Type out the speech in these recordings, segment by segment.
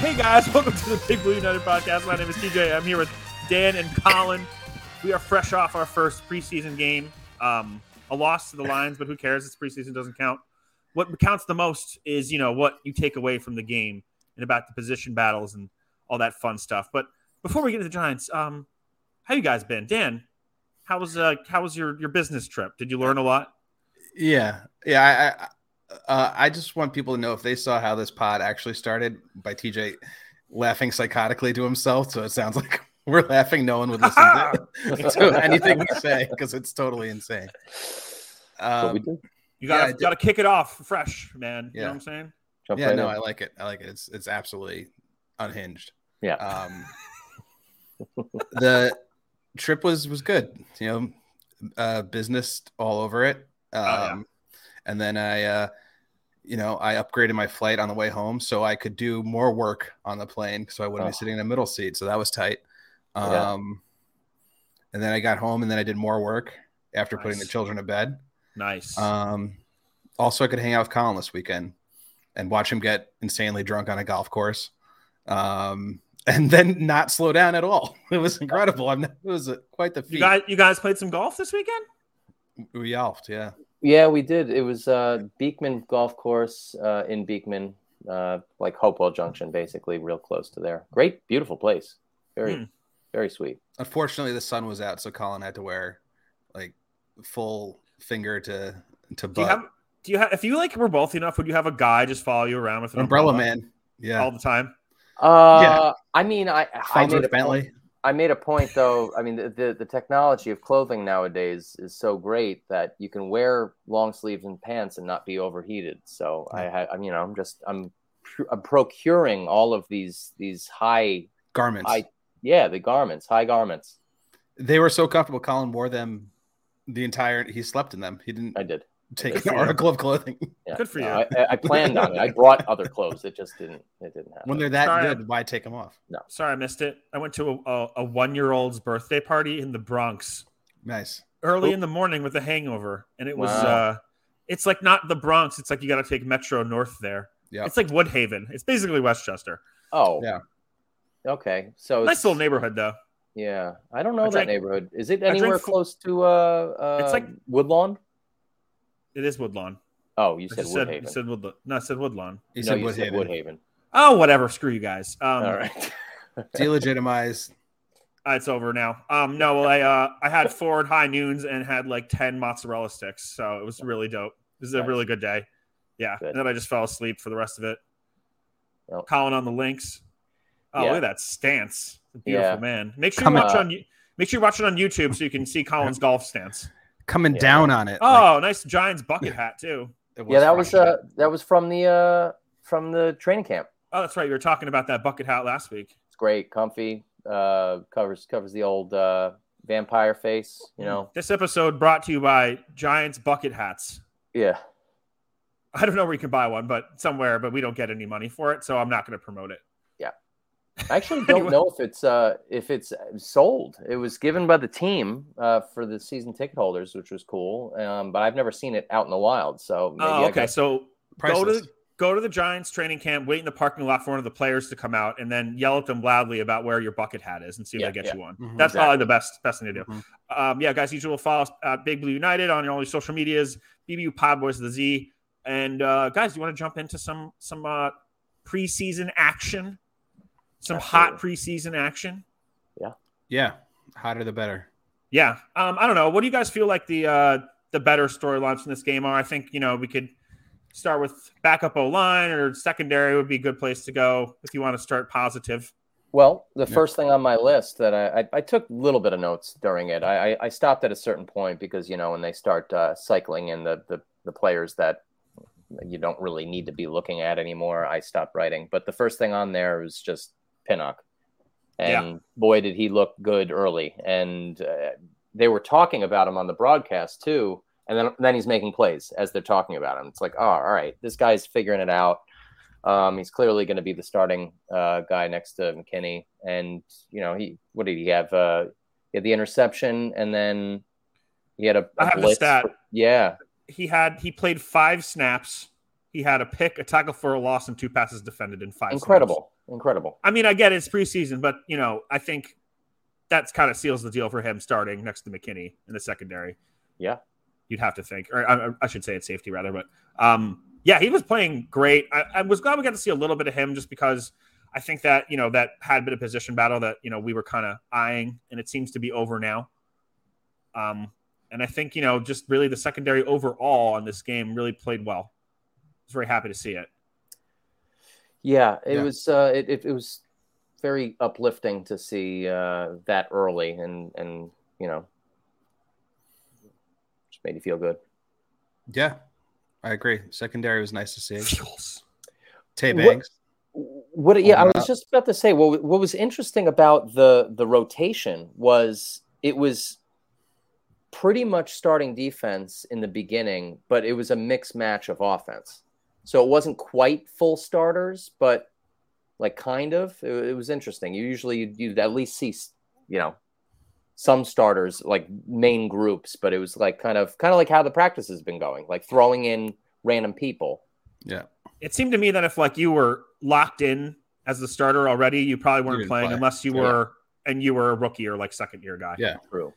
Hey guys, welcome to the Big Blue United podcast. My name is TJ. I'm here with Dan and Colin. We are fresh off our first preseason game. Um, a loss to the Lions, but who cares? It's preseason, doesn't count. What counts the most is you know what you take away from the game and about the position battles and all that fun stuff. But before we get to the Giants, um, how you guys been? Dan, how was uh, how was your your business trip? Did you learn a lot? Yeah, yeah. I, I uh, I just want people to know if they saw how this pod actually started by TJ laughing psychotically to himself. So it sounds like we're laughing. No one would listen to, to anything we say because it's totally insane. That's what we Um, do. You gotta Yeah, I did. gotta kick it off fresh, man. You know Yeah. what I'm saying? Jump yeah, right no, in. I like it. I like it. It's it's absolutely unhinged. yeah. Um, the trip was was good. You know, uh, business all over it. Um, yeah. And then I, uh, you know, I upgraded my flight on the way home so I could do more work on the plane, so I wouldn't Oh. be sitting in the middle seat. So that was tight. Yeah. Um, And then I got home, and then I did more work after putting the Nice. children to bed. Nice. Um, also, I could hang out with Colin this weekend and watch him get insanely drunk on a golf course, um, and then not slow down at all. It was incredible. I'm, it was a, quite the feat. you guys you guys played some golf this weekend? we yelped, yeah. Yeah, we did. It was uh, Beekman Golf Course uh, in Beekman, uh, like Hopewell Junction, basically, real close to there. Great, beautiful place. Very, Hmm. very sweet. Unfortunately, the sun was out, so Colin had to wear like full finger to to Do you butt have do you have if you like were wealthy enough, would you have a guy just follow you around with an an umbrella man. all Yeah, the time? Uh, I mean, I I made, a Farnsworth point, Bentley. I made a point though. I mean, the, the the technology of clothing nowadays is so great that you can wear long sleeves and pants and not be overheated. So Hmm. I I, I'm you know, I'm just I'm, pr- I'm procuring all of these these high garments. high yeah the garments high garments. They were so comfortable. Colin wore them the entire. He slept in them. He didn't I did. take Good an for you. article of clothing. Yeah. Good for No, you. I, I- I planned on it. I brought other clothes. It just didn't. It didn't happen. When they're that Sorry. good, why take them off? Sorry, I missed it. I went to a, a, a one year old's birthday party in the Bronx Nice. early Oop. in the morning with a hangover, and it was Wow. uh, it's like not the Bronx. It's like you got to take Metro North there. Yeah. it's like Woodhaven. It's basically Westchester. oh, Yeah. Okay, so Oh, it's- Nice little neighborhood though. Yeah, I don't I know that drank- neighborhood. Is it I drank anywhere fl- close to uh, uh? It's like- Woodlawn. It is Woodlawn. Oh, you I said just said, Woodhaven. said Woodlawn. No, I said Woodlawn. He no, said you said Woodhaven. Woodhaven. Oh, whatever. Screw you guys. Um, All right. Delegitimize. Uh, it's over now. Um, no, well, I uh, I had four high noons and had like ten mozzarella sticks, so it was really dope. This is a Nice. really good day. Yeah, Good. and then I just fell asleep for the rest of it. Well. Colin on the links. Oh, Yeah. look at that stance! Beautiful Yeah. man. Make sure you Come watch on. on. you- Make sure you watch it on YouTube so you can see Colin's golf stance. Coming Yeah. down on it. like, Oh, nice Giants bucket hat too. it yeah, that was fresh. uh, that was from the uh, from the training camp. Oh, that's right. You were talking about that bucket hat last week. It's great, comfy. Uh, covers covers the old uh vampire face. You know. This episode brought to you by Giants bucket hats. Yeah. I don't know where you can buy one, but somewhere. But we don't get any money for it, so I'm not going to promote it. I actually don't Anyway. know if it's uh if it's sold. It was given by the team uh, for the season ticket holders, which was cool. Um, but I've never seen it out in the wild, so maybe Oh, I okay. got- So Priceless. go to go to the Giants training camp, wait in the parking lot for one of the players to come out, and then yell at them loudly about where your bucket hat is and see if Yeah, they get yeah. Mm-hmm, you one. Mhm. That's Exactly. Mm-hmm. probably the best best thing to do. Mhm. Um, yeah, guys, you will follow us at Big Blue United on all your social medias, BBU Podboys of the Z. And uh, guys, you want to jump into some some uh, preseason action, some hot preseason action. Yeah. Hotter the better. Yeah. Um, I don't know. What do you guys feel like the uh, the better storylines in this game are? I think you know we could start with backup O line or secondary would be a good place to go if you want to start positive. Well, the Yeah. first thing on my list that I, I, I took a little bit of notes during it. I, I- I stopped at a certain point because you know when they start uh, cycling in the, the the players that you don't really need to be looking at anymore, I stopped writing. But the first thing on there was just Pinnock, and boy did he look good early. And uh, they were talking about him on the broadcast too, and then then he's making plays as they're talking about him. It's like, oh, all right, this guy's figuring it out. Um, he's clearly going to be the starting uh, guy next to McKinney, and you know he what did he have? Uh, he had the interception, and then he had a a I have the blitz. stat. Yeah, He had he played five snaps. He had a pick, a tackle for a loss, and two passes defended in five. snaps. incredible. Incredible. I mean, I get it's preseason, but you know, I think that's kind of seals the deal for him starting next to McKinney in the secondary. Yeah. You'd have to think, or I, I should say it's safety rather, but um, yeah, he was playing great. I, I was glad we got to see a little bit of him just because I think that you know that had been a position battle that you know we were kind of eyeing, and it seems to be over now. Um, and I think you know just really the secondary overall in this game really played well. I was very happy to see it. Yeah, it Yeah. was. Uh, it, it it was very uplifting to see uh, that early, and and you know, just made you feel good. Yeah, I agree. Secondary was nice to see. Fuels. Tay What- Banks. What? Yeah, I Hold was up. just about to say. What What was interesting about the the rotation was it was pretty much starting defense in the beginning, but it was a mixed match of offense. So it wasn't quite full starters, but like kind of. It, it was interesting. You usually you'd, you'd at least see you know some starters like main groups, but it was like kind of kind of like how the practice has been going, like throwing in random people. It seemed to me that if like you were locked in as the starter already, you probably weren't didn't playing play. unless you Yeah. were and you were a rookie or like second year guy. Yeah. True.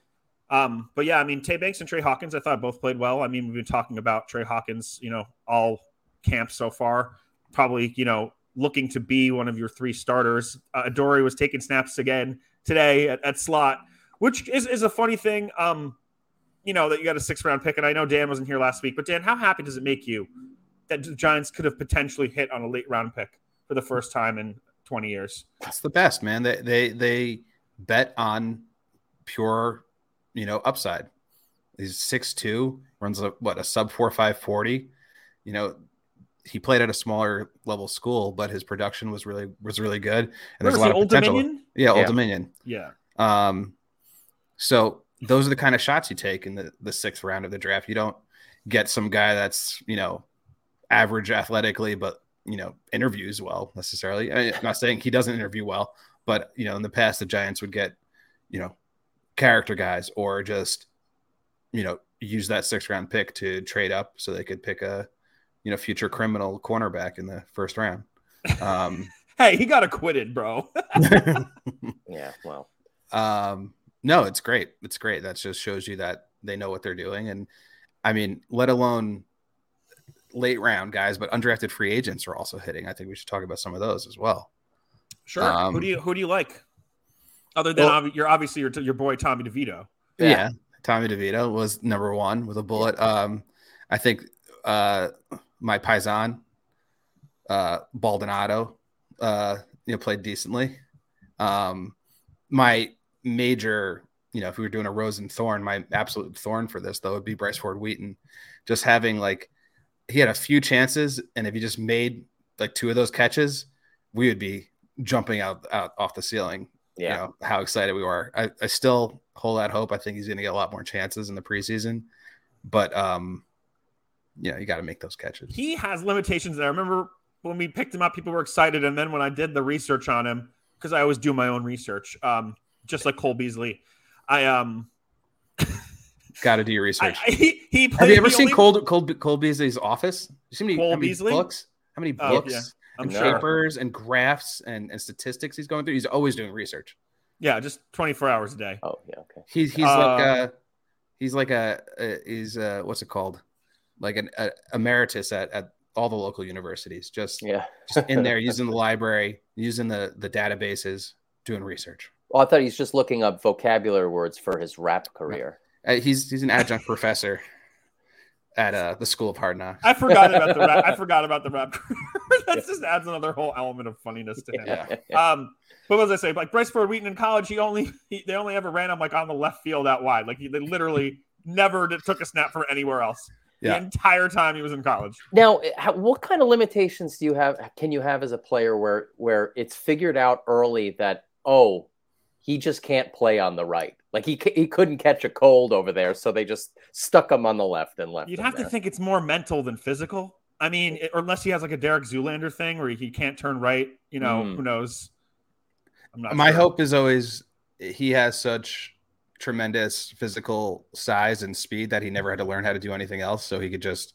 Um, but yeah, I mean, Tay Banks and Trey Hawkins, I thought both played well. I mean, we've been talking about Trey Hawkins, you know, all camp so far. Probably, you know, looking to be one of your three starters. Uh, Adori was taking snaps again today at, at slot, which is, is a funny thing. Um, you know, that you got a six round pick. And I know Dan wasn't here last week, but Dan, how happy does it make you that the Giants could have potentially hit on a late round pick for the first time in 20 years? That's the best, man. They they they bet on pure, you know, upside. He's six two, runs a what a sub four five forty. You know, he played at a smaller level school, but his production was really was really good. And Where there's a was lot he, of Old potential. Dominion? Yeah, Old Yeah. Dominion. Yeah. Um, so those are the kind of shots you take in the, the sixth round of the draft. You don't get some guy that's you know average athletically, but you know interviews well necessarily. I mean, I'm not saying he doesn't interview well, but you know in the past the Giants would get you know character guys or just you know use that sixth round pick to trade up so they could pick a you know future criminal cornerback in the first round. Um, Hey, he got acquitted, bro. Yeah. Well. um no it's great it's great that just shows you that they know what they're doing and i mean let alone late round guys but undrafted free agents are also hitting i think we should talk about some of those as well Sure. Um, who do you who do you like? Other than well- obvi- you're obviously your your boy Tommy DeVito. Yeah. yeah, tommy devito was number one with a bullet um i think uh my paisan uh baldonado uh you know played decently um my major you know if we were doing a rose and thorn my absolute thorn for this though would be bryce ford wheaton just having like he had a few chances and if he just made like two of those catches we would be jumping out, out off the ceiling Yeah. you know how excited we were i, I still hold out hope i think he's going to get a lot more chances in the preseason but um you know you got to make those catches He has limitations. And I remember when we picked him up, people were excited, and then when I did the research on him, because I always do my own research, um, just like Cole Beasley, I um got to do your I, research I- he he Have played, you ever he seen only- Cold Cold Cold Beasley's office? You see how many, Cole how many Beasley? books? How many Oh, books yeah. I'm and sure. papers and graphs and, and statistics he's going through? He's always doing research. Yeah, just 24 hours a day. Oh yeah. Okay. He's he's Uh, like a he's like a, a he's uh what's it called? Like an a, emeritus at, at all the local universities, just, Yeah. just in there using the library, using the the databases, doing research. Well, I thought he's just looking up vocabulary words for his rap career. Uh, he's he's an adjunct professor at uh the School of Hard Knocks. I forgot about the rap. I forgot about the rap. that just adds another whole element of funniness to him. Yeah. um, but what was I saying? Like Bryce Ford Wheaton in college, he only he, they only ever ran him like on the left field out wide. Like he, they literally never did, took a snap from anywhere else. Yeah. The entire time he was in college. Now, how, what kind of limitations do you have? Can you have as a player where where it's figured out early that oh, he just can't play on the right. Like he c- he couldn't catch a cold over there, so they just stuck him on the left and left. You'd him have to there. think it's more mental than physical. I mean, it- or unless he has like a Derek Zoolander thing where he can't turn right. You know, Mm. who knows? I'm not. Hmm. my sure. hope is always he has such tremendous physical size and speed that he never had to learn how to do anything else so he could just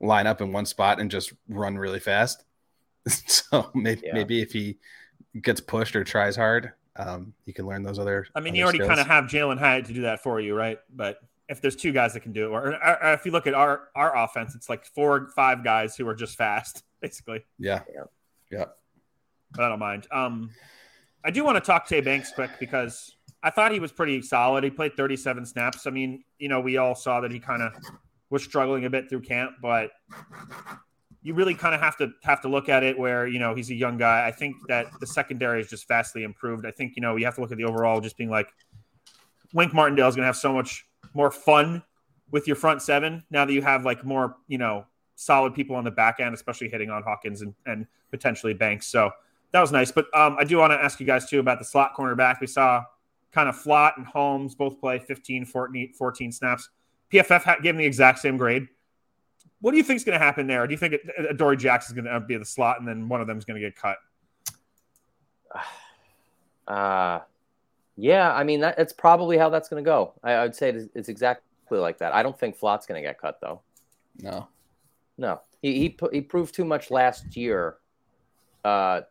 line up in one spot and just run really fast so maybe, Yeah. maybe if he gets pushed or tries hard, um, you can learn those other. I mean, other you already skills. kind of have Jalen Hyatt to do that for you, right? But if there's two guys that can do it, or, or- or if you look at our our offense, it's like four or five guys who are just fast, basically. yeah, yeah. But I don't mind. Um, I do want to talk Tay Banks quick because I thought he was pretty solid. He played 37 snaps. I mean, you know, we all saw that he kind of was struggling a bit through camp, but you really kind of have to have to look at it where you know he's a young guy. I think that the secondary is just vastly improved. I think you know you have to look at the overall, just being like, Wink Martindale is going to have so much more fun with your front seven now that you have like more you know solid people on the back end, especially hitting on Hawkins and and potentially Banks. So that was nice. But um, I do want to ask you guys too about the slot cornerback. We saw kind of Flott and Holmes both play 15, 14, 14 snaps. PFF ha- gave them the exact same grade. What do you think is going to happen there? Do you think it, uh, Dory Jackson is going to be the slot and then one of them is going to get cut? Uh, yeah, I mean that, that's probably how that's going to go. I, I would say it's, it's exactly like that. I don't think Flott's going to get cut though. No, No, he he, pu- he proved too much last year, uh,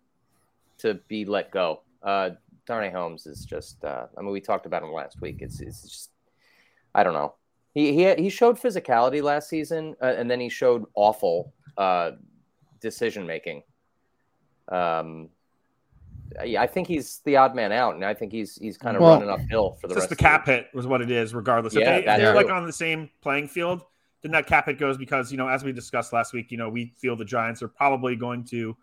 to be let go. Uh, Darnay Holmes is just. Uh, I mean, we talked about him last week. It's it's just. I don't know. He he he showed physicality last season, uh, and then he showed awful uh, decision making. Um. Yeah, I think he's the odd man out, and I think he's he's kind of Well, running uphill for the It's just rest. the of cap hit was what it is, regardless. Yeah, if, they, that if they're too. like on the same playing field, then that cap hit goes because, you know, as we discussed last week, you know, we feel the Giants are probably going to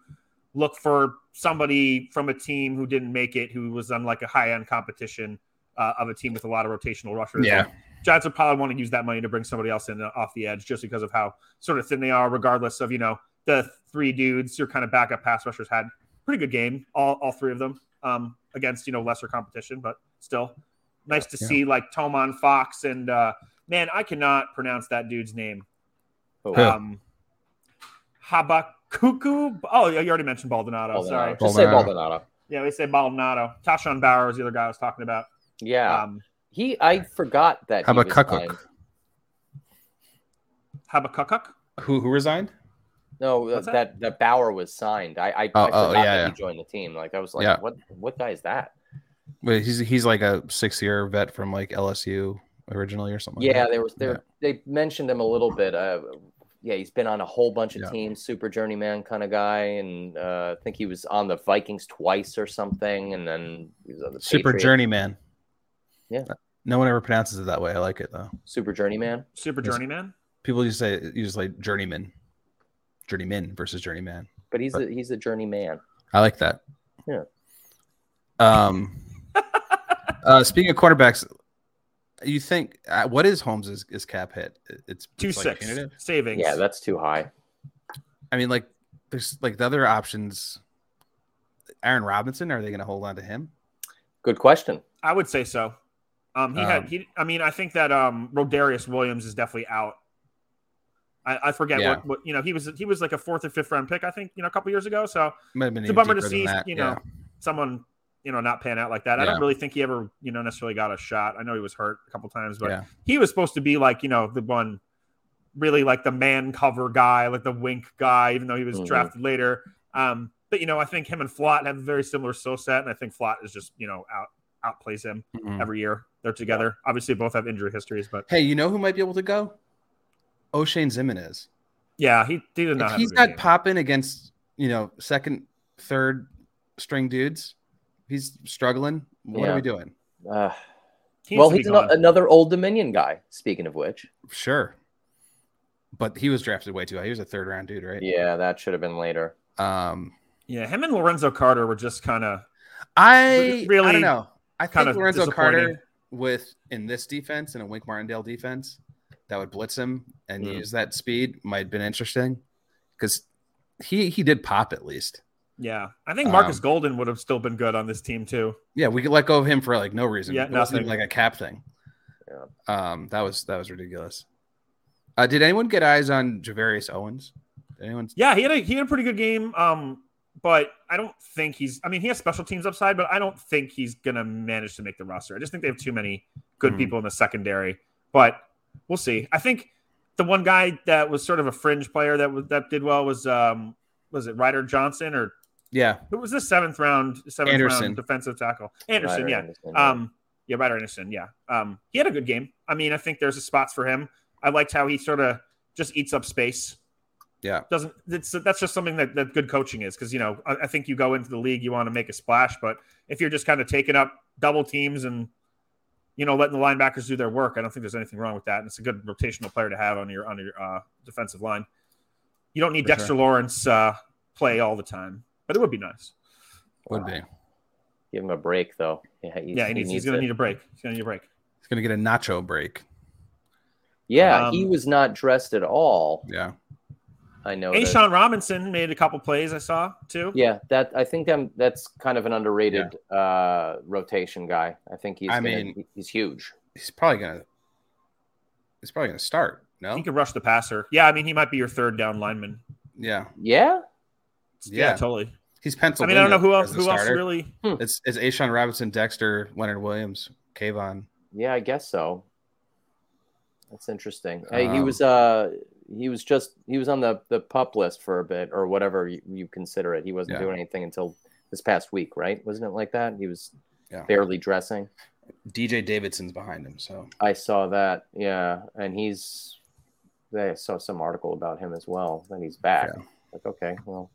look for somebody from a team who didn't make it, who was on like a high end competition uh, of a team with a lot of rotational rushers. Yeah. Giants would probably want to use that money to bring somebody else in uh, off the edge just because of how sort of thin they are, regardless of, you know, the three dudes your kind of backup pass rushers had pretty good game, all, all three of them um, against, you know, lesser competition, but still nice to Yeah. see like Tomon Fox and, uh, man, I cannot pronounce that dude's name. the- Who? Um, Habakuku. Oh, you already mentioned Baldonado. Baldonado. Sorry. Just say Baldonado. Baldonado. Yeah, we say Baldonado. Tashawn Bauer was the other guy I was talking about. Yeah, Um, he. I forgot that. how he about was Kukuk? signed. Habakukuk. Who who resigned? No, uh, What's that? that? that Bauer was signed. I I, I Oh, oh, yeah, forgot that yeah. he joined the team. Like I was like, Yeah. what what guy is that? Wait, he's he's like a six year vet from like LSU originally or something. yeah, like there was there they mentioned him a little bit. Uh, yeah, he's been on a whole bunch of Yeah. teams, super journeyman kind of guy, and uh, I think he was on the Vikings twice or something, and then he was on the that. super Patriots. journeyman. Yeah. no one ever pronounces it that way. I like it though. super journeyman. Super Yes. journeyman. People just say you just like journeyman, journeyman versus journeyman. But he's a he's a journeyman. I like that. Yeah. Um. uh, speaking of quarterbacks, you think uh, what is Holmes's is cap hit? It- It's Two it's like six punitive? savings. Yeah, that's too high. I mean, like there's like the other options. Aaron Robinson, are they going to hold on to him? Good question. I would say so. Um, he had Um, he. I mean, I think that um, Rodarius Williams is definitely out. I, I forget Yeah. what, what you know. He was he was like a fourth or fifth round pick, I think, you know, a couple years ago. So Might have been It's a even bummer to deeper than see, that, you know. someone you know not pan out like that. I Yeah. don't really think he ever you know necessarily got a shot. I know he was hurt a couple times, but Yeah. he was supposed to be like you know the one really like the man cover guy, like the wink guy, even though he was Mm-hmm. Mhm. drafted later. Um, but you know, I think him and Flott have a very similar skill set, and I think Flott is just you know out outplays him Mhm. every year. They're together. Obviously, both have injury histories, but Hey, you know who might be able to go? O'Shane Zimenez. yeah, he, he did not. If Have he's a good not game. popping against, you know, second, third string dudes, he's struggling. What Yeah. are we doing? Uh, He needs well, to be he's ano- gone. another Old Dominion guy. Speaking of which, Sure. But he was drafted way too high. He was a third round dude, right? yeah, that should have been later. Um, yeah, him and Lorenzo Carter were just kind of I really I really don't know. I kind of think Lorenzo disappointing. Carter with in this defense in a Wink Martindale defense that would blitz him and Hmm. Mm. use that speed might have been interesting because he he did pop at least. yeah. I think Marcus Um, Golden would have still been good on this team too. Yeah, we could let go of him for like no reason. Yeah, it wasn't nothing. even like a cap thing. Yeah. Um, that was that was ridiculous. Uh, did anyone get eyes on Javarius Owens? Did anyone? Yeah, he had a he had a pretty good game. Um, but I don't think he's. I mean, he has special teams upside, but I don't think he's gonna manage to make the roster. I just think they have too many good Hmm. people in the secondary. But we'll see. I think the one guy that was sort of a fringe player that was that did well was um was it Ryder Johnson or Yeah. Who was the seventh round, seventh Anderson. round defensive tackle? Anderson, Ryder yeah. Anderson, yeah. Um, yeah, Ryder Anderson. Yeah. Um, he had a good game. I mean, I think there's a spots for him. I liked how he sort of just eats up space. Yeah. Doesn't it's, that's just something that, that good coaching is because you know I, I think you go into the league you want to make a splash, but if you're just kind of taking up double teams and you know letting the linebackers do their work, I don't think there's anything wrong with that. And it's a good rotational player to have on your on your uh, defensive line. You don't need For sure. Dexter Lawrence uh, play all the time, but it would be nice. Would be. Wow. Give him a break, though. Yeah, he's, yeah, he needs, he's going it. to need a break. He's going to need a break. He's gonna get a nacho break. Yeah, he Um, was not dressed at all. Yeah. I know. And that- Sean Robinson made a couple plays I saw too. Oh, Yeah, that I think them that's kind of an underrated uh, rotation guy. I think he's I gonna- mean- he- he's huge. He's probably gonna. He's probably gonna start. No. He could rush the passer. Yeah, I mean he might be your third down lineman. yeah. Yeah, Yeah, Yeah. totally. He's I penciled. mean I don't in know who else as the who else starter. really It's it's Ashawn Robinson, Dexter, Leonard Williams, Kayvon. yeah, I guess so. That's interesting. Hey, he Um, was uh he was just he was on the the pup list for a bit or whatever you, you consider it. He wasn't Yeah. doing anything until this past week, right? Wasn't it like that? He was Yeah. barely dressing. DJ Davidson's behind him. So I saw that. Yeah, and he's. I saw some article about him as well. Then he's back. Like, okay, well,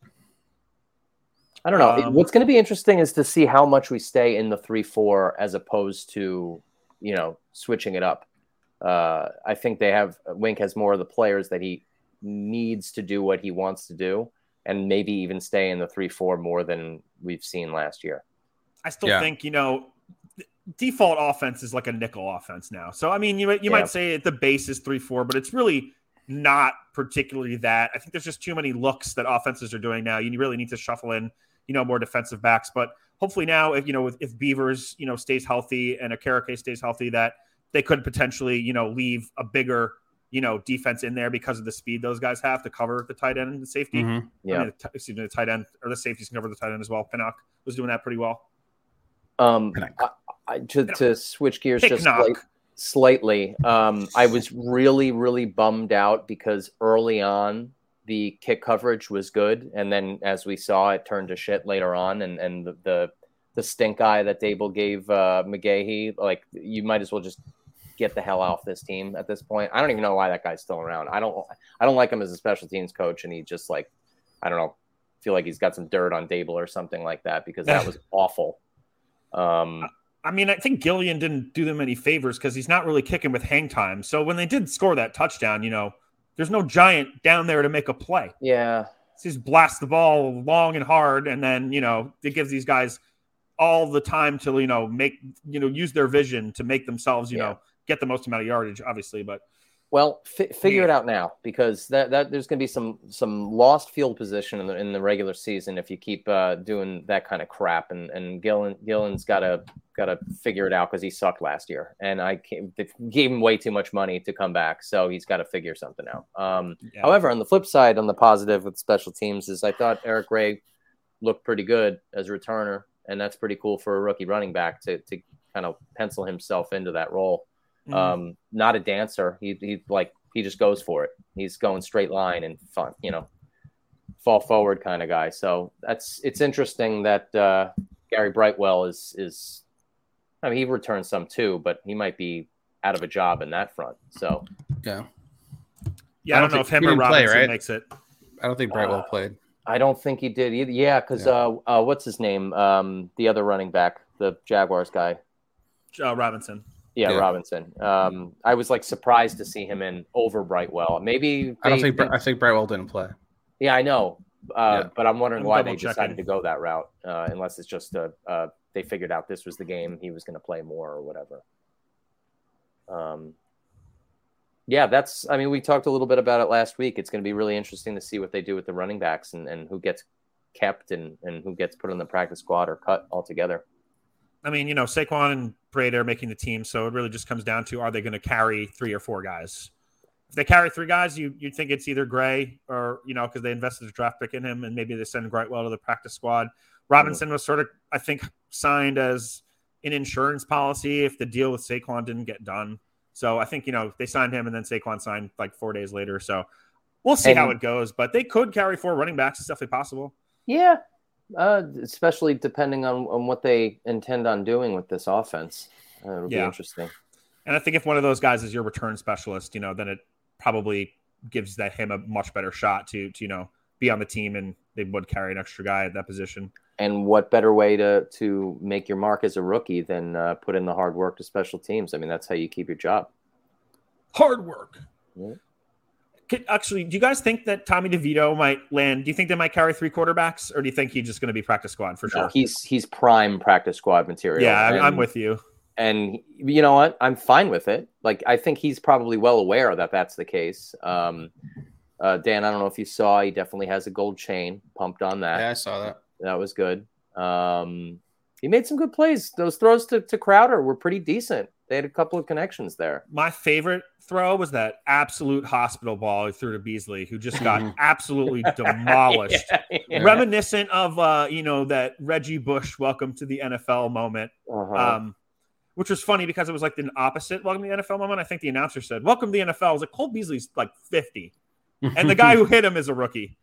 I don't know. It- Um, What's going to be interesting is to see how much we stay in the three-four as opposed to you know switching it up. Uh, I think they have Wink has more of the players that he needs to do what he wants to do, and maybe even stay in the three-four more than we've seen last year. I still Yeah. think, you know, th- default offense is like a nickel offense now. So I mean you might- you Yeah. might say at the base is three four, but it's really not particularly that. I think there's just too many looks that offenses are doing now. You really need to shuffle in, you know, more defensive backs. But hopefully now, if you know, if, if Beavers, you know, stays healthy and Akarake stays healthy, that they could potentially, you know, leave a bigger, you know, defense in there because of the speed those guys have to cover the tight end and the safety. Mhm. Mm-hmm. Yeah. I mean, the t- excuse me, the tight end or the safeties can cover the tight end as well. Pinnock was doing that pretty well. Um, Pinnock. I, I, to, to switch gears Pick just knock. slight, slightly, um, I was really, really bummed out because early on the kick coverage was good, and then as we saw, it turned to shit later on, and and the the, the stink eye that Dable gave uh, McGahee, like you might as well just get the hell off this team at this point. I don't even know why that guy's still around. I don't I don't like him as a special teams coach, and he just like I don't know. Feel like he's got some dirt on Dable or something like that because that was awful. Um, I mean, I think Gillian didn't do them any favors because he's not really kicking with hang time. So when they did score that touchdown, you know, there's no giant down there to make a play. yeah, So just blast the ball long and hard, and then you know it gives these guys all the time to you know make you know use their vision to make themselves you Yeah. know get the most amount of yardage, obviously. But Well, fi- figure Yeah. it out now because that, that there's going to be some some lost field position in the, in the regular season if you keep uh, doing that kind of crap. And and Gillen Gillen's got to got to figure it out because he sucked last year, and I can they gave him way too much money to come back, so he's got to figure something out. Um, yeah. However, on the flip side, on the positive with special teams, is I thought Eric Ray looked pretty good as a returner, and that's pretty cool for a rookie running back to to kind of pencil himself into that role. Mm-hmm. Mhm. uh, Um, not a dancer. He he like he just goes for it. He's going straight line and fun, you know, fall forward kind of guy. So that's it's interesting that uh, Gary Brightwell is is. I mean, he returns some too, but he might be out of a job in that front. So yeah, yeah, I I don't don't know if him think- he or didn't play, Robinson right? makes it. I don't think Brightwell Uh, played. I don't think he did either. Yeah, because uh, uh, what's his name? Um, the other running back, the Jaguars guy. Uh, Robinson. Yeah, Yeah. Robinson. Um, I was like surprised to see him in over Brightwell. Maybe I don't they- think. Bri- I think Brightwell didn't play. Yeah, I know, uh, Yeah. but I'm wondering I'm why they double-checking. decided to go that route. Uh, unless it's just a, uh, they figured out this was the game he was going to play more or whatever. Um, yeah, that's. I mean, we talked a little bit about it last week. It's going to be really interesting to see what they do with the running backs and, and who gets kept and, and who gets put on the practice squad or cut altogether. I mean, you know, Saquon and Brady are making the team, so it really just comes down to are they going to carry three or four guys? If they carry three guys, you you'd think it's either Gray or you know because they invested a draft pick in him, and maybe they send Brightwell to the practice squad. Robinson was sort of, I think, signed as an insurance policy if the deal with Saquon didn't get done. So I think you know they signed him, and then Saquon signed like four days later. So we'll see And- how it goes, but they could carry four running backs. It's definitely possible. Yeah, Uh, especially depending on, on what they intend on doing with this offense. Uh, it'll Yeah. be interesting. And I think if one of those guys is your return specialist, you know, then it probably gives that him a much better shot to, to you know, be on the team and they would carry an extra guy at that position. And what better way to, to make your mark as a rookie than uh, put in the hard work to special teams? I mean, that's how you keep your job. Hard work. Yeah. Could, actually, do you guys think that Tommy DeVito might land? Do you think they might carry three quarterbacks, or do you think he's just going to be practice squad for No, sure? he's he's prime practice squad material. yeah, I'm, And- I'm with you. and you know what i'm fine with it like i think he's probably well aware that that's the case um, uh, dan i don't know if you saw he definitely has a gold chain pumped on that Yeah, I saw that. that was good um, he made some good plays those throws to, to crowder were pretty decent they had a couple of connections there My favorite throw was that absolute hospital ball he threw to Beasley, who just got absolutely demolished. Yeah. Reminiscent of uh, you know that Reggie Bush welcome to the NFL moment. Uh-huh. um, which was funny because it was like the opposite welcome to the NFL moment. I think the announcer said, "Welcome to the NFL." I was like, Cole Beasley's like fifty, and the guy who hit him is a rookie.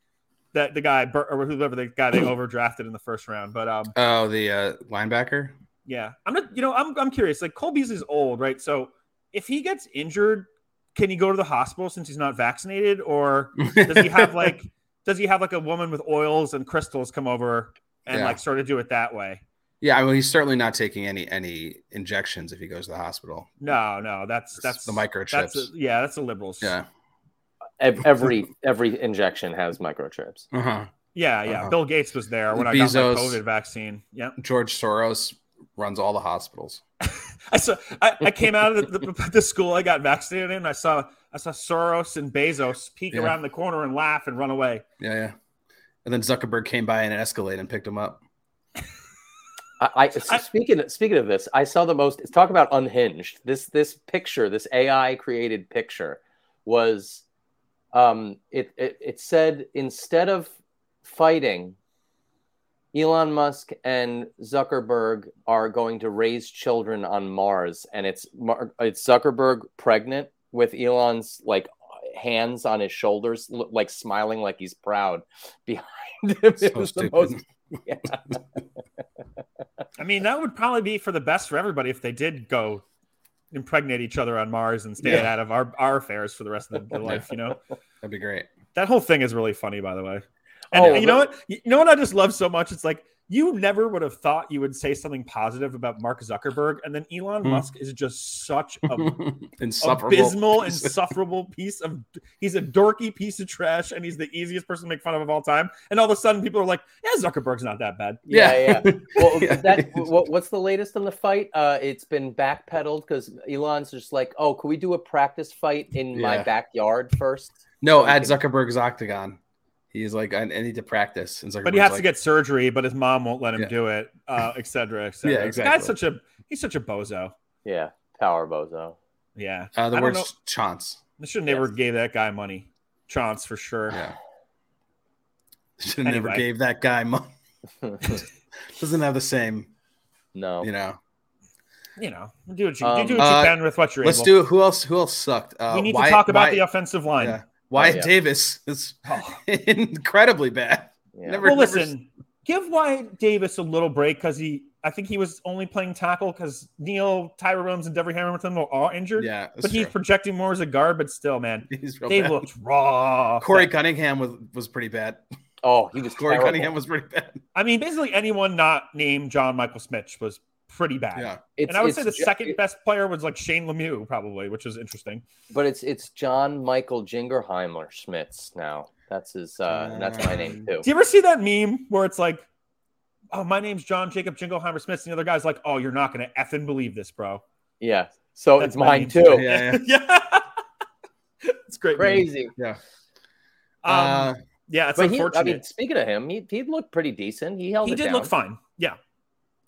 That the guy Bur- or whoever the guy they overdrafted in the first round. But um, oh, the uh, linebacker. yeah, I'm not. You know, I'm I'm curious. Like Cole Beasley's old, right? So if he gets injured, can he go to the hospital since he's not vaccinated, or does he have like does he have like a woman with oils and crystals come over and Yeah. like sort of do it that way? Yeah, I mean, he's certainly not taking any any injections if he goes to the hospital. No, no, that's that's the That's microchips. a, yeah, that's a liberals. yeah. Ev- every every injection has microchips Uh-huh. Yeah, yeah. Uh-huh. Bill Gates was there when I got my Bezos. COVID vaccine. Yep. George Soros runs all the hospitals. I saw. I, I came out of the, the, the school I got vaccinated in. And I saw. I saw Soros and Bezos peek Yeah. around the corner and laugh and run away. Yeah, yeah. And then Zuckerberg came by in an Escalade and picked him up. I, I, s- I- speaking speaking of this, I saw the most. Talk about unhinged. This this picture, this AI created picture, was, um, it it, it said instead of fighting, Elon Musk and Zuckerberg are going to raise children on Mars, and it's Mar- it's Zuckerberg pregnant with Elon's like hands on his shoulders, l- like smiling like he's proud behind him. It So was the stupid. most I mean, that would probably be for the best for everybody if they did go impregnate each other on Mars and stay Yeah. out of our, our affairs for the rest of their life. You know, That'd be great. that whole thing is really funny, by the way. And Oh, you know what? You know what I just love so much? It's like you never would have thought you would say something positive about Mark Zuckerberg, and then Elon Hmm. Musk is just such a Insufferable. Um, abysmal, piece of- insufferable piece of. He's a dorky piece of trash, and he's the easiest person to make fun of of all time. And all of a sudden, people are like, "Yeah, Zuckerberg's not that bad." Yeah, yeah. Well, Yeah. that what, what's the latest in the fight? Uh, it's been backpedaled because Elon's just like, oh, can we do a practice fight in my Yeah. backyard first? No, at Zuckerberg's octagon. He's like, I, I need to practice. And Zuckerberg's But he has like, to get surgery, but his mom won't let him Yeah. do it, uh, et cetera, et cetera. Yeah, This guy's exactly. such a he's such a bozo. Yeah, power bozo. Yeah, uh, I the don't word know- chance. they should have never gave that guy money. Chance for sure. Yeah. Should have Anyway. never gave that guy money. Doesn't have the same, No, you know. You know, do what you, Um, do what you uh, can with what you're Let's able. do who else who else sucked. Uh, we need to Wyatt- talk about Wyatt- the offensive line. Yeah. Wyatt Oh, yeah. Davis is Oh. incredibly bad. yeah. never- Well, listen, give Wyatt Davis a little break because he, I think he was only playing tackle because Neil, Tyra Williams, and Devery Hamilton were all injured. Yeah, that's but he's true. projecting more as a guard. But still, man, He's real they bad. looked raw. Corey Cunningham was, was pretty bad. Oh, he was Corey terrible. Cunningham was pretty bad. I mean, basically anyone not named John Michael Smith was pretty bad. Yeah, It's, And I would it's say the Ju- second best player was like Shane Lemieux, probably, which is interesting. but it's it's John Michael Jingerheimer Schmitz now. That's his. Uh, and that's my name too. Do you ever see that meme where it's like, "Oh, my name's John Jacob Jingleheimer Smith," and the other guy's like, "Oh, you're not gonna effing believe this, bro." Yeah. So That's Oh, it's my mine name too. too. yeah, yeah. yeah, it's great. meme. Crazy. Um, uh, yeah, it's But he, I unfortunate. mean, speaking of him, he, he looked pretty decent. He held he it did down. look fine. Yeah,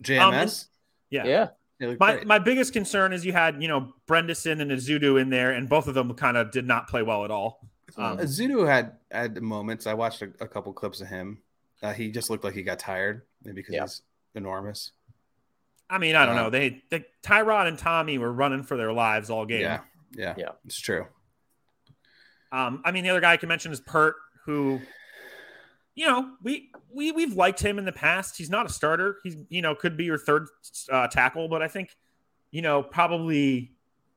JMS. yeah. Yeah. They look um, My great. my biggest concern is you had you know Brendison and Azudu in there, and both of them kind of did not play well at all. Um, Zudu had had moments. I watched a, a couple clips of him. Uh, he just looked like he got tired, maybe because Yeah. he's enormous. I mean, I don't Uh, know. They, they Tyrod and Tommy were running for their lives all game. Yeah, yeah, Yeah. It's true. Um, I mean, the other guy I can mention is Pert, who you know, we we we've liked him in the past. He's not a starter. He's you know could be your third uh, tackle, but I think you know probably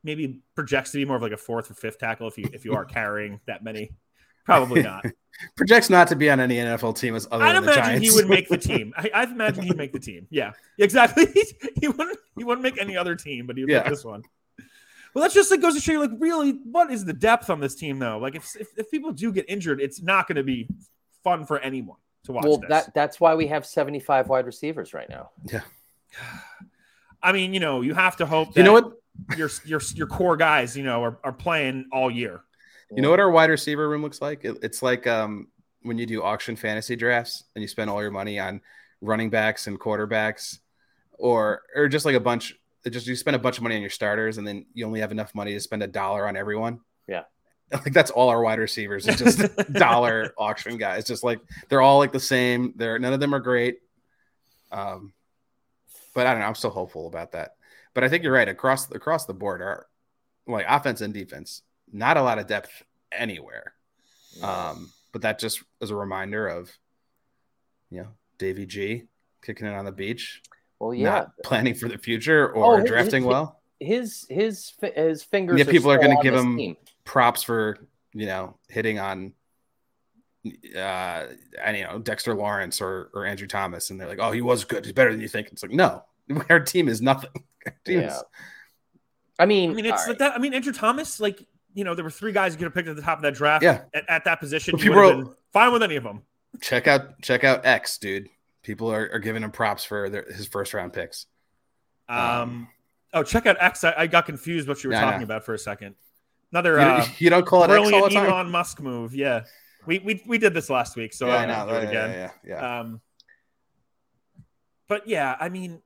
maybe projects to be more of like a fourth or fifth tackle if you if you are carrying that many. Probably not. Projects not to be on any NFL team as other I'd than the imagine Giants. he would make the team. I, I imagine he'd make the team. Yeah, exactly. he wouldn't. He wouldn't make any other team, but he'd Yeah. make this one. Well, that's just like goes to show you, like, really, what is the depth on this team though? Like, if if, if people do get injured, it's not going to be fun for anyone to watch. well, this. that that's why we have 75 wide receivers right now. I mean, you know, you have to hope. That you know what? Your your your core guys, you know, are, are playing all year. You know what our wide receiver room looks like? It- it's like um, when you do auction fantasy drafts and you spend all your money on running backs and quarterbacks, or or just like a bunch. Just you spend a bunch of money on your starters, and then you only have enough money to spend a dollar on everyone. Yeah. like that's all our wide receivers. It's just dollar auction guys. Just like they're all like the same. They're none of them are great. Um, but I don't know. I'm still hopeful about that. But I think you're right across across the board are like offense and defense. Not a lot of depth anywhere. Um, but that just is a reminder of, you know, Davy G kicking it on the beach, well, yeah. not planning for the future or Oh, he- drafting he- well. his his fi- his fingers. Yeah, people are still gonna on give this him- team. Props for you know hitting on, uh, and you know Dexter Lawrence or or Andrew Thomas, and they're like, oh, he was good. He's better than you think. It's like no, our team is nothing. Our team is- Yeah. I mean, I mean, it's all like that. I mean, Andrew Thomas, like you know, there were three guys you could have picked at the top of that draft. Yeah. At, at that position, But you would people have been fine with any of them. check out check out X, dude. People are, are giving him props for their, his first round picks. Um, Um, oh, check out X. I, I got confused what you were Yeah, I talking know. about for a second. Another You- uh, you, don't call it X all the brilliant time. Elon Musk move. Yeah, we we, we did this last week, so Yeah, I know do it Yeah, again. yeah, yeah, yeah. Um, but yeah, I mean,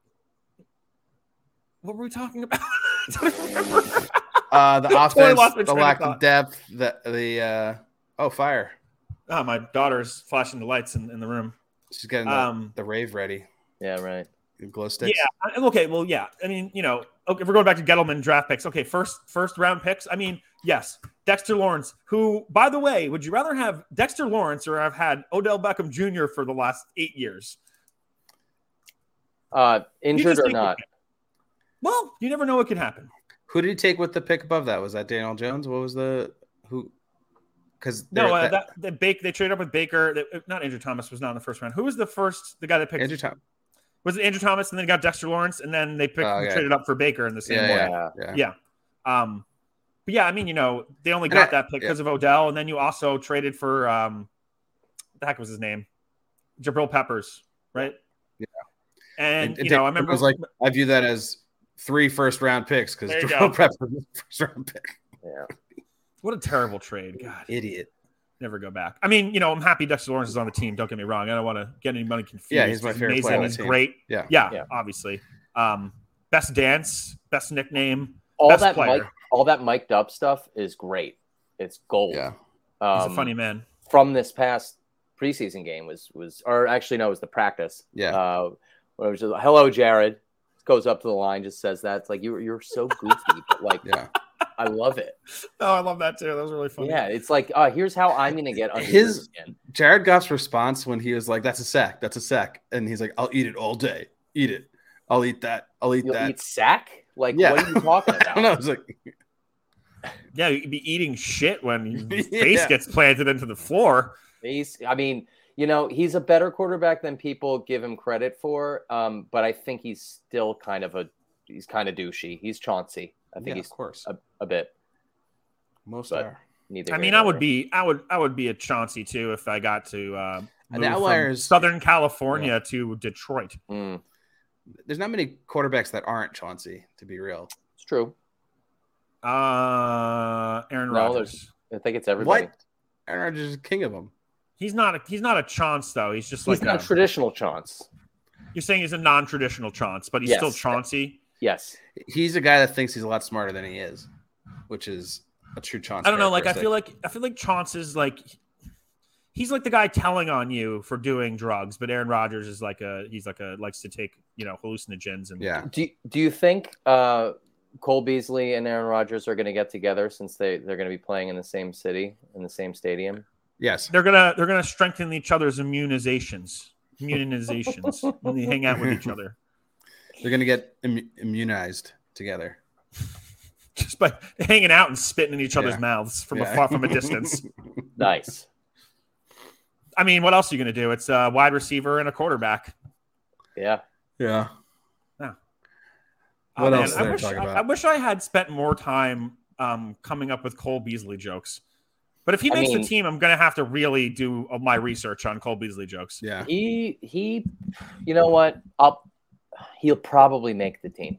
what were we talking about? I don't remember. Uh, the Totally offense, lost my the train of lack thought. of depth, the the uh, oh fire. oh, my daughter's flashing the lights in, in the room. She's getting the, Um, the rave ready. right. yeah, right. The glow sticks. I- okay, well, yeah. I mean, you know, okay, if we're going back to Gettleman draft picks, okay, first first round picks. I mean, yes, Dexter Lawrence, who, by the way, would you rather have Dexter Lawrence or have had Odell Beckham Jr. for the last eight years? Uh, You injured just or think- not? Well, you never know what can happen. Who did he take with the pick above that? Was that Daniel Jones? What was the who? Because No, uh, that, that Bake they traded up with Baker. That, uh, not Andrew Thomas was not in the first round. Who was the first? The guy that picked Andrew Tom. was it Andrew Thomas, and then they got Dexter Lawrence, and then they picked Oh, they okay. traded up for Baker in the same Yeah, way. Yeah. Yeah. Um, but yeah, I mean, you know, they only And got I- that pick because of Odell, and then you also traded for um, what the heck was his name, Jabril Peppers, right? Yeah. And, And- you and know, I Dave remember was like- I view that as three first round picks because There you Darrell go. Pepper was the first round pick. yeah. what a terrible trade. God, Idiot. never go back. I mean, you know, I'm happy Dexter Lawrence is on the team. Don't get me wrong. I don't want to get anybody confused. Yeah, he's my favorite amazing. player on the He's team. great. Yeah. yeah, Yeah. obviously. Um, best dance, best nickname. All Best that player. mic, all that mic'd up stuff is great. It's gold. Yeah. He's Um, a funny man. from this past preseason game was was or actually no, it was the practice. Yeah. Uh, where it was just, hello, Jared. Goes up to the line, just says that. It's like you you're so goofy, but like yeah. I love it. Oh, I love that too. That was really funny. Yeah, it's like uh, here's how I'm gonna get under your His- skin. Jared Goff's response when he was like, "That's a sack. That's a sack," and he's like, "I'll eat it all day. Eat it. I'll eat that. I'll eat You'll that." eat sack? Like Yeah. what are you talking I about? don't know. It's like Yeah, you'd be eating shit when your Yeah. face gets planted into the floor. He's, I mean, you know, he's a better quarterback than people give him credit for. Um, but I think he's still kind of a he's kind of douchey. He's Chauncey. I think yeah, he's of course. a, a bit. Most but- are. Neither. I here mean, nor I would there. be, I would, I would be a Chauncey too if I got to uh, An move from outlier is- Southern California to Detroit. Mm, There's not many quarterbacks that aren't Chauncey, to be real. it's true. Uh, Aaron No, Rodgers. I think it's everybody. What? Aaron Rodgers is king of them. He's not, a, he's not a Chaunce though. He's just He's like uh, not a- traditional Chance. you're saying. He's a non-traditional Chaunce, but he's Yes. still Chauncey. Yes. He's a guy that thinks he's a lot smarter than he is, which is a true Chauncey. I don't know. Like I feel like I feel like Chauncey is like he's like the guy telling on you for doing drugs, but Aaron Rodgers is like a he's like a likes to take you know hallucinogens and yeah. Do Do you think uh, Cole Beasley and Aaron Rodgers are going to get together since they they're going to be playing in the same city in the same stadium? Yes. They're gonna they're gonna strengthen each other's immunizations. Immunizations when they hang out with each other. They're going to get immu- immunized together. Just by hanging out and spitting in each other's Yeah. mouths from Yeah. a far from a distance. Nice. I mean, what else are you gonna do? It's a wide receiver and a quarterback. Yeah. Yeah. Oh, What man, else I did I wish, talk I- about? I wish I had spent more time um, coming up with Cole Beasley jokes. But if he I makes mean- the team, I'm going to have to really do uh, my research on Cole Beasley jokes. Yeah. He he you know what? I'll he'll probably make the team.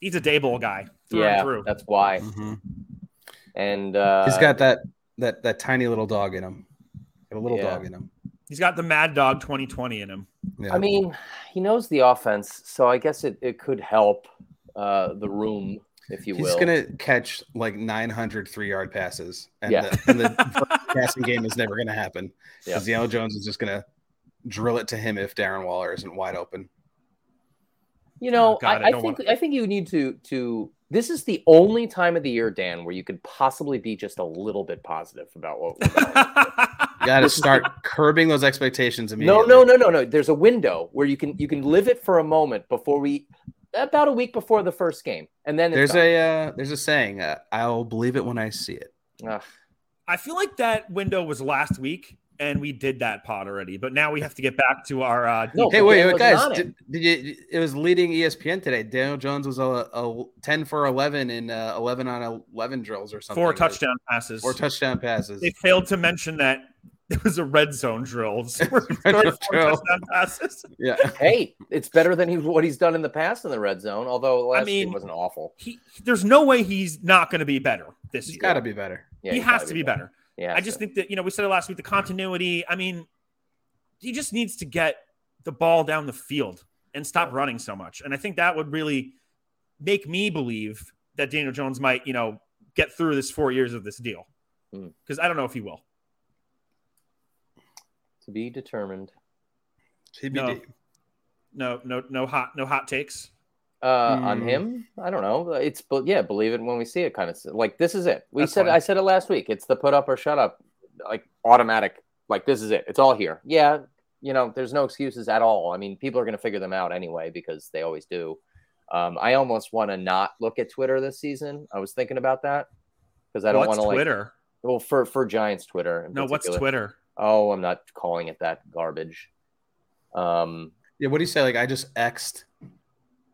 He's a day bowl guy through and Yeah. through. That's why. Mhm. And uh He's got that that that tiny little dog in him. Got a little Yeah. dog in him. He's got the Mad Dog 2020 in him. Yeah. I mean, he knows the offense, so I guess it, it could help uh the room, if you He's will. gonna catch like 900 three yard passes, and, Yeah. the, and the passing game is never gonna happen Yeah. because Daniel Jones is just gonna drill it to him if Darren Waller isn't wide open. You know, Oh, God, I I, I, don't think wanna- I think you need to to. This is the only time of the year, Dan, where you could possibly be just a little bit positive about what. We're about. You gotta start curbing those expectations no, immediately. no, no, no, no. There's a window where you can you can live it for a moment before we, about a week before the first game, and then There's it's a uh, there's a saying. Uh, I'll believe it when I see it. done. Ugh. I feel like that window was last week and we did that pod already, but now we have to get back to our. Uh, no. Hey, but wait, Dan wait wasn't on guys! it. Did, did you, it was leading E ESPN today. Daniel Jones was a, a 10 for 11 in uh, 11 on 11 drills or something. four touchdown passes. Four touchdown passes. they failed to mention that it was a red zone drill. So we're Red throwing zone four drill. touchdown passes. Yeah. hey, it's better than he, what he's done in the past in the red zone. Although last mean, year wasn't awful. He, there's no way he's not going to be better this He's year. got to be better. Yeah, he he's has gotta to be better. He has I just to. think that you know we said it last week. The continuity. I mean, he just needs to get the ball down the field and stop running so much. And I think that would really make me believe that Daniel Jones might you know get through this four years of this deal Hmm. because I don't know if he will. to be determined. TBD. No. No, no, no hot, no hot takes. uh, on Hmm. Mm. him. I don't know. It's but yeah, believe it when we see it. Kind of like this is it. We That's said fine. I said it last week. It's the put up or shut up, like automatic. Like this is it. It's all here. Yeah, you know, there's no excuses at all. I mean, people are going to figure them out anyway because they always do. Um, I almost want to not look at Twitter this season. I was thinking about that because I don't What's want to like Twitter? well for for Giants Twitter. in no, what's particular. Twitter? Oh, I'm not calling it that garbage. Um, Yeah. What do you say? Like, I just X'd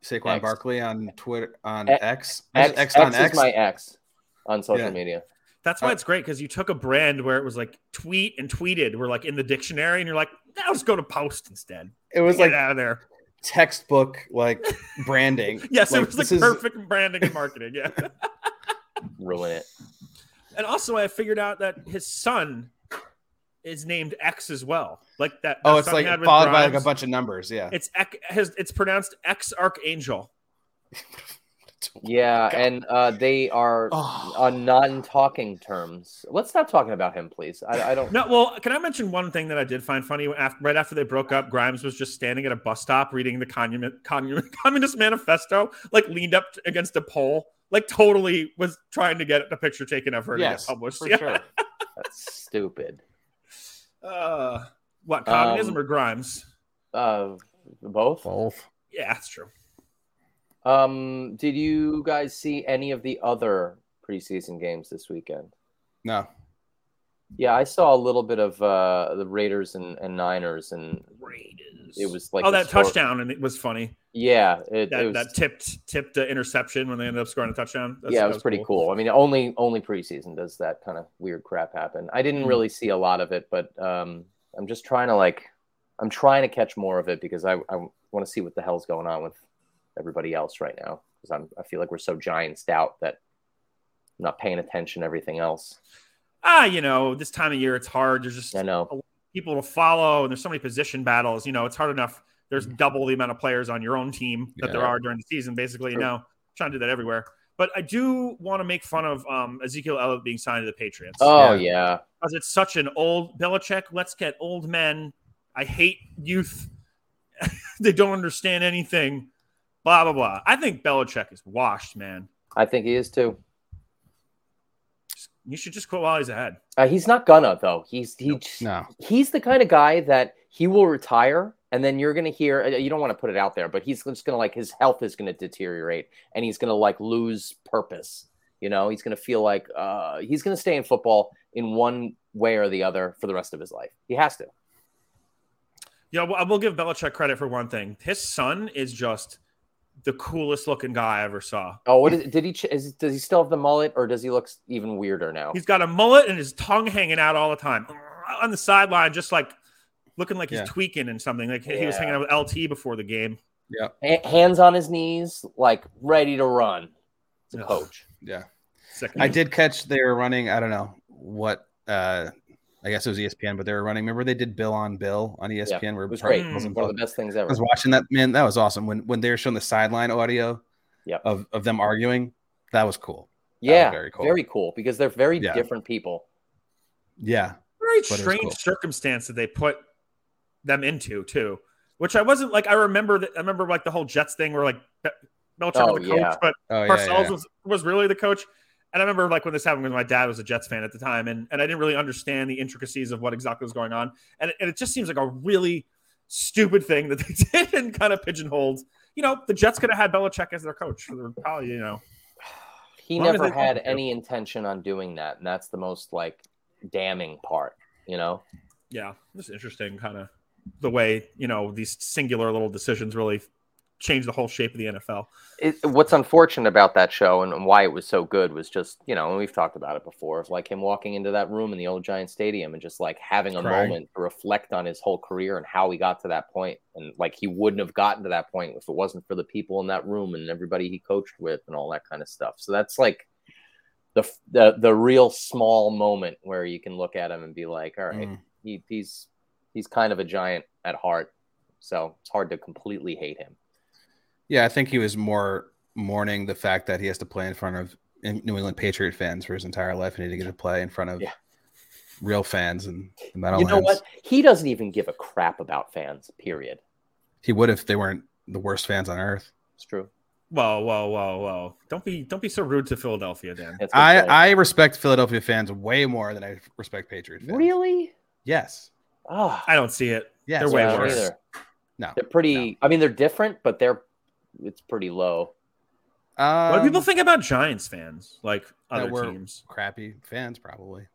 Saquon X'd. Barkley on Twitter, on X- X. I X, just X, X'd on is X. my X on social Yeah. media. That's why Uh, it's great because you took a brand where it was like tweet and tweeted were like in the dictionary, and you're like, now just go to post instead. It was Get like out of there. textbook, like branding. Yes, Like, it was like this is- perfect branding and marketing. Yeah. Ruin it. And also, I figured out that his son is named X as well. Like that. Oh, that it's son like he had with followed by like a Grimes. bunch of numbers. Yeah. It's X, his, it's pronounced X Archangel. Yeah, God. and uh, they are Oh. on non-talking terms. Let's stop talking about him, please. I, I don't. No, well, can I mention one thing that I did find funny? After, right after they broke up, Grimes was just standing at a bus stop reading the Communist, Communist Manifesto, like leaned up against a pole, like totally was trying to get a picture taken of her yes, to get published. for Yeah. sure. That's stupid. Uh, what, communism Um, or Grimes? Uh, both. Both. Yeah, that's true. Um, did you guys see any of the other preseason games this weekend? No. Yeah, I saw a little bit of uh, the Raiders and, and Niners, and Raiders. it was like oh, the that score- touchdown and it was funny. Yeah, it, That, it was. that tipped tipped uh, interception when they ended up scoring a touchdown. That's- yeah, that it was pretty cool. I mean, only only preseason does that kind of weird crap happen. I didn't Mhm. really see a lot of it, but um, I'm just trying to like, I'm trying to catch more of it because I, I want to see what the hell's going on with everybody else right now because I'm I feel like we're so giants out that I'm not paying attention to everything else. Ah, you know, this time of year it's hard. There's just I know. people to follow, and there's so many position battles. You know, it's hard enough. There's double the amount of players on your own team that there Mm-hmm. Yeah. are during the season, basically. True. Now, trying to do that everywhere. But I do want to make fun of um, Ezekiel Elliott being signed to the Patriots Oh Yeah. yeah, because it's such an old Belichick. Let's get old men. I hate youth. they don't understand anything. Blah blah blah. I think Belichick is washed, man. I think he is too. You should just quit while he's ahead. Uh, he's not gonna though. He's he just- No. he's the kind of guy that he will retire and then you're gonna hear uh, you don't want to put it out there, but he's just gonna like his health is gonna deteriorate and he's gonna like lose purpose. You know, he's gonna feel like uh, he's gonna stay in football in one way or the other for the rest of his life. He has to. Yeah, well, I will give Belichick credit for one thing. His son is just the coolest looking guy I ever saw. Oh, what is, did he? ch- Is, does he still have the mullet, or does he look s- even weirder now? He's got a mullet and his tongue hanging out all the time on the sideline, just like looking like he's Yeah. tweaking and something. Like he was Yeah. hanging out with LT before the game. Ha- hands on his knees, like ready to run. It's a Ugh. coach. Yeah. Sick. I did catch they were running. I don't know what. uh I guess it was ESPN, but they were running. Remember they did Bill on Bill on E ESPN, where It was Park great. Mm. was One of the best things I ever. was watching that man. That was awesome when when they were showing the sideline audio. Yep. Of of them arguing, that was cool. Yeah, very very cool. cool. because they're very Yeah. different people. Yeah. very was strange cool. circumstance that they put them into too, which I wasn't like. I remember that. I remember like the whole Jets thing where like Be- Belichick Oh, was the coach, yeah. but Oh yeah. Parcells yeah, yeah. was was really the coach. And I remember like when this happened, when my dad was a Jets fan at the time, and, and I didn't really understand the intricacies of what exactly was going on. And it, and it just seems like a really stupid thing that they did and kind of pigeonholed. You know, the Jets could have had Belichick as their coach for the probably, you know. He Long as never they had want to. any intention on doing that, and that's the most like damning part. You know, Yeah, it's interesting kind of the way, you know, these singular little decisions really change the whole shape of the NFL. it, what's unfortunate about that show and, and why it was so good was just you know, and we've talked about it before, of like him walking into that room in the old Giant Stadium and just like having a Crying. moment to reflect on his whole career and how he got to that point, and like he wouldn't have gotten to that point if it wasn't for the people in that room and everybody he coached with and all that kind of stuff. So that's like. The, f- the the real small moment where you can look at him and be like, all right, Mm. he, he's he's kind of a giant at heart, so it's hard to completely hate him. Yeah, I think he was more mourning the fact that he has to play in front of in- New England Patriot fans for his entire life, and he didn't get to play in front of Yeah. real fans and the metal. you know what? He doesn't even give a crap about fans. Period. He would if they weren't the worst fans on earth. It's true. Whoa, whoa, whoa, whoa. Don't be don't be so rude to Philadelphia, Dan. That's what I it I respect Philadelphia fans way more than I respect Patriot says. fans. really. Yes. Oh, I don't see it. Yes. They're way of don't course. worse. No, They're pretty. I mean, they're different, but they're it's pretty low. Um, What do people think about Giants fans, like other we're- teams? Crappy fans, probably.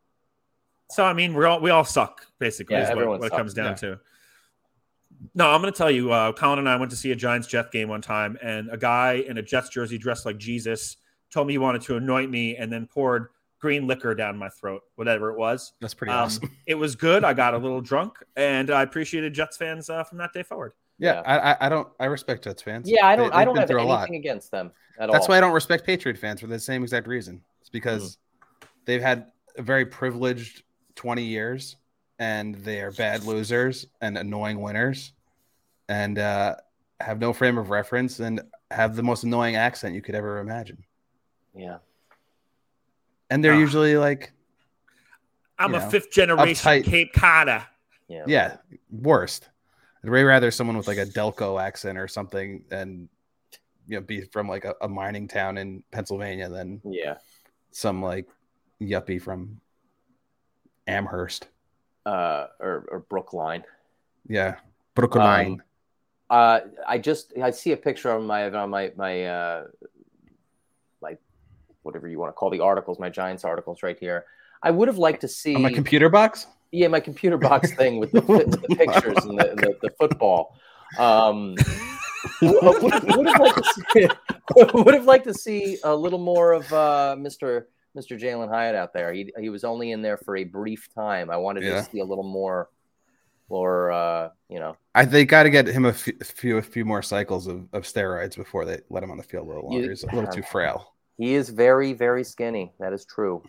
So I mean, we all we all suck basically. Yeah, is what, everyone what it sucks, comes down to. No, I'm going to tell you. Uh, Colin and I went to see a Giants Jet game one time, and a guy in a Jets jersey dressed like Jesus told me he wanted to anoint me, and then poured green liquor down my throat, whatever it was. That's pretty Um, awesome. It was good. I got a little drunk, and I appreciated Jets fans uh, from that day forward. Yeah, yeah. I, I I don't I respect Jets fans. Yeah, I don't. They- I they've don't been have through a anything lot. against them at That's all. why I don't respect Patriot fans for the same exact reason. It's because Mm-hmm. they've had a very privileged 20 years and they are bad losers and annoying winners and uh, have no frame of reference and have the most annoying accent you could ever imagine. Yeah. And they're Ah. usually like, I'm You a know, fifth generation uptight. Cape Codder. Yeah. yeah, worst. I'd way rather someone with like a Delco accent or something and you know be from like a, a mining town in Pennsylvania than Yeah. some like yuppie from Amherst. Uh, or or Brookline. Yeah. Brookline. Um, Uh, I just I see a picture on my on my my uh, my whatever you want to call the articles, my Giants articles right here. I would have liked to see on my computer box? Yeah, my computer box thing with the, with the pictures and the, the, the football. Um, would, would have liked to see, would have liked to see a little more of uh, Mr. Mr. Jalen Hyatt out there. He, he was only in there for a brief time. I wanted Yeah. to see a little more, or uh, you know, I they got to get him a fe- a few a few more cycles of, of steroids before they let him on the field a little You- longer. He's a little too frail. he is very very skinny. That is true.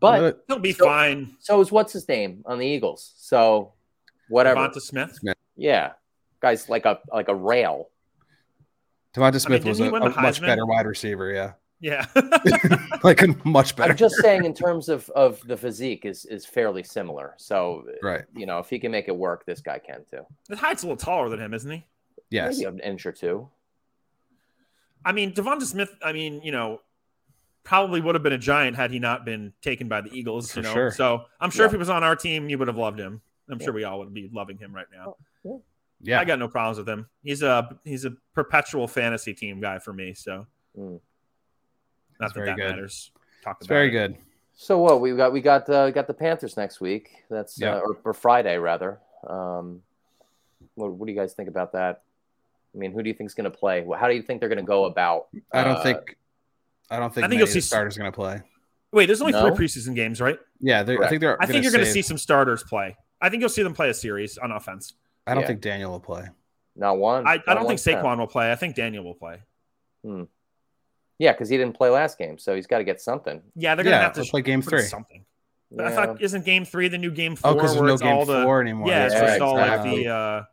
But He'll be So- fine. so is what's his name on the Eagles. So whatever. Devonta Smith. Yeah, guys like a like a rail. Devonta Smith didn't was he a, win a the much Heisman? better wide receiver, yeah. Yeah. like a much better. I'm just saying, in terms of of the physique, is is fairly similar. So right. you know, if he can make it work, this guy can too. the height's a little taller than him, isn't he? Yes. Maybe an inch or two. I mean, Devonta Smith. I mean, you know, probably would have been a giant had he not been taken by the Eagles. For you know, sure. so I'm sure if Yeah. he was on our team, you would have loved him. I'm Yeah. sure we all would be loving him right now. Yeah, I got no problems with him. He's a he's a perpetual fantasy team guy for me. So Mm. not That's that very that good. matters. Talk it's about very it. good. So what we got? We got uh, got the Panthers next week. That's Yeah. uh, or, or Friday rather. Um, what, what do you guys think about that? I mean, who do you think's going to play? How do you think they're going to go about? I don't uh, think. I don't think. I think I think you'll the see- starters going to play. Wait, there's only No? three preseason games, right? Yeah, they're- I Correct. think they're. I think you're going to save- see some starters play. I think you'll see them play a series on offense. I don't Yeah. think Daniel will play. Not one. I, not I don't one think Saquon snap. will play. I think Daniel will play. Yeah, because he didn't play last game, so he's got to get something. Yeah, they're going to yeah, they'll have to play game put three. something. But I Yeah. thought isn't game three the new game four Oh, because where there's no it's all game the four anymore. yeah, it's Yeah, just all like exactly. the uh,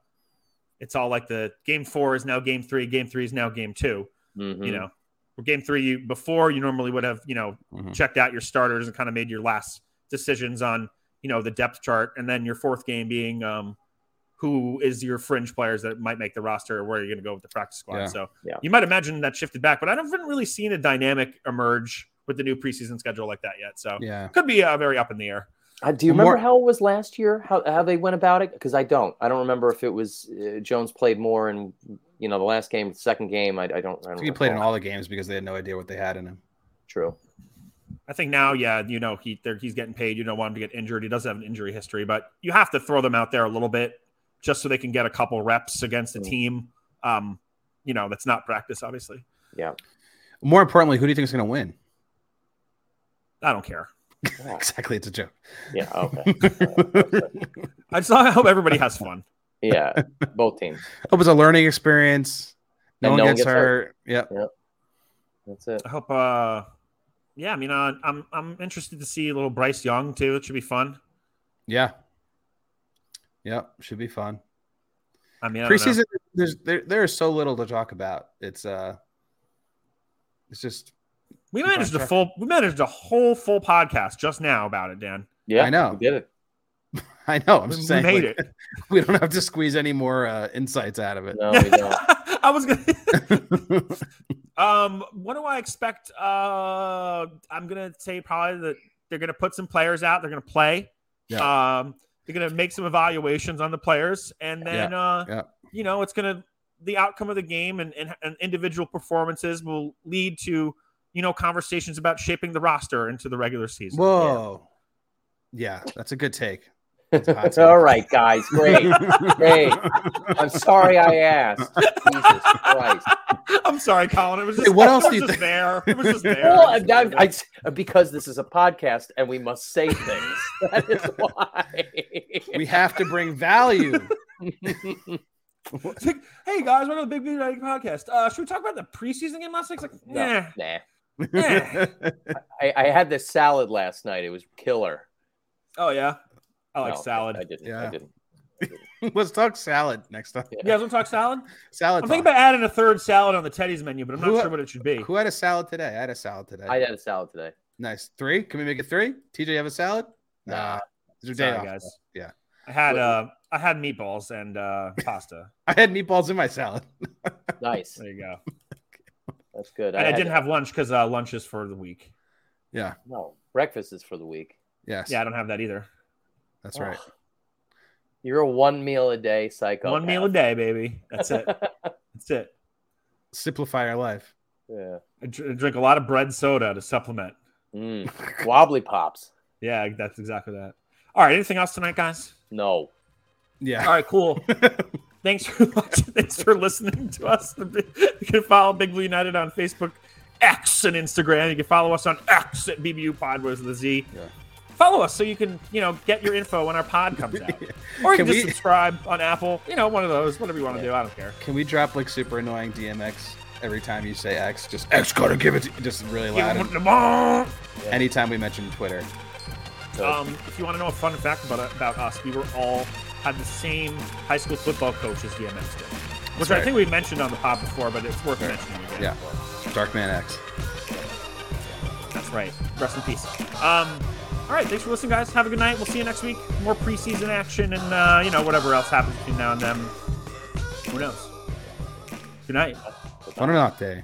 it's all like the game four is now game three, game three is now game 2 Mhm. Mm. You know, Where game three you before you normally would have you know Mhm. checked out your starters and kind of made your last decisions on you know the depth chart, and then your fourth game being um, who is your fringe players that might make the roster or where you're going to go with the practice squad. Yeah. So Yeah. you might imagine that shifted back, but I haven't really seen a dynamic emerge with the new preseason schedule like that yet. So Yeah. could be uh, very up in the air. Uh, do you The remember more- how it was last year? How how they went about it? Because I don't. I don't remember if it was uh, Jones played more in you know the last game, the second game. I, I don't. I I don't think he played in recall. all the games because they had no idea what they had in him. True. I think now, yeah, you know, he there he's getting paid. You don't want him to get injured. He does have an injury history, but you have to throw them out there a little bit just so they can get a couple reps against a Mm. team. Um, you know, that's not practice, obviously. More importantly, who do you think is going to win? I don't care. Wow. Exactly, it's a joke. Yeah. Okay. Uh, I just I hope everybody has fun. yeah. Both teams. It was a learning experience. No And one gets, hurt. Yep. That's it. I hope uh yeah, I mean uh, I'm I'm interested to see little Bryce Young too. It should be fun. Yeah. Yep. Should be fun. I mean I don't know. Preseason, there's there, there is so little to talk about. It's uh, it's just we keep on managed a track. full we managed a whole full podcast just now about it, Dan. Yeah. I know. We did it. I know. I'm We- just we saying made like, we don't have to squeeze any more uh, insights out of it. No, Oh, we don't. I was gonna Um, what do I expect? Uh, I'm gonna say probably that they're gonna put some players out. They're gonna play. Um, they're gonna make some evaluations on the players, and then uh, yeah. you know, it's gonna the outcome of the game and, and and individual performances will lead to you know conversations about shaping the roster into the regular season. Whoa. Yeah. that's a good take. hot take. All right, guys. Great. Great. I'm sorry I asked. Jesus Christ. I'm sorry, Colin. It was Hey, just, what else it was do you just think? there. It was just there. Well, I, I, I- because this is a podcast and we must say things. That is why. we have to bring value. It's like, hey guys, welcome to the Big Blue Writing Podcast. Uh, should we talk about the preseason game last night? It's like, No, yeah, Nah. Eh. yeah, I, I had this salad last night. It was killer. oh yeah, I like No, salad. I didn't. I Yeah. didn't. let's talk salad next time. You guys want to talk salad? Salad. I'm thinking talk. about adding a third salad on the Teddy's menu, but I'm not Who- sure what it should be. Who had a salad today? I had a salad today. I had a salad today. Nice. Three? Can we make it three? TJ, you have a salad? Nah. It's your day Sorry, off. guys. Yeah. I had What- uh, I had meatballs and uh, pasta. I had meatballs in my salad. Nice. There you go. That's good. And I had- didn't have lunch because uh, lunch is for the week. Yeah. no breakfast is for the week. Yes. Yeah, I don't have that either. That's right. Ugh. You're a one meal a day psycho. One meal a day, baby. That's it. That's it. Simplify our life. yeah. I dr- drink a lot of bread soda to supplement. Mm. Wobbly pops. Yeah, that's exactly that. All right. Anything else tonight, guys? No. All Yeah. right, cool. Thanks for watching. Thanks for listening to us. You can follow Big Blue United on Facebook, X, and Instagram. You can follow us on X at BBU Pod with the Z. Yeah. Follow us so you can, you know, get your info when our pod comes out. Or you can, Can just we- subscribe on Apple. You know, one of those, whatever you want to do. I don't care. Can we drop like super annoying DMX every time you say X? Just X gotta give it to just really Give loud. 'em the ball. Anytime we mention Twitter. So, Um, if you want to know a fun fact about, about us, we were all had the same high school football coach as DMX did, which I right. think we mentioned on the pod before, but it's worth mentioning again. Yeah. Darkman X. That's right. Rest in peace. Um, all right. Thanks for listening, guys. Have a good night. We'll see you next week. More preseason action and, uh, you know, whatever else happens between now and then. Who knows? Good night. Fun or not day.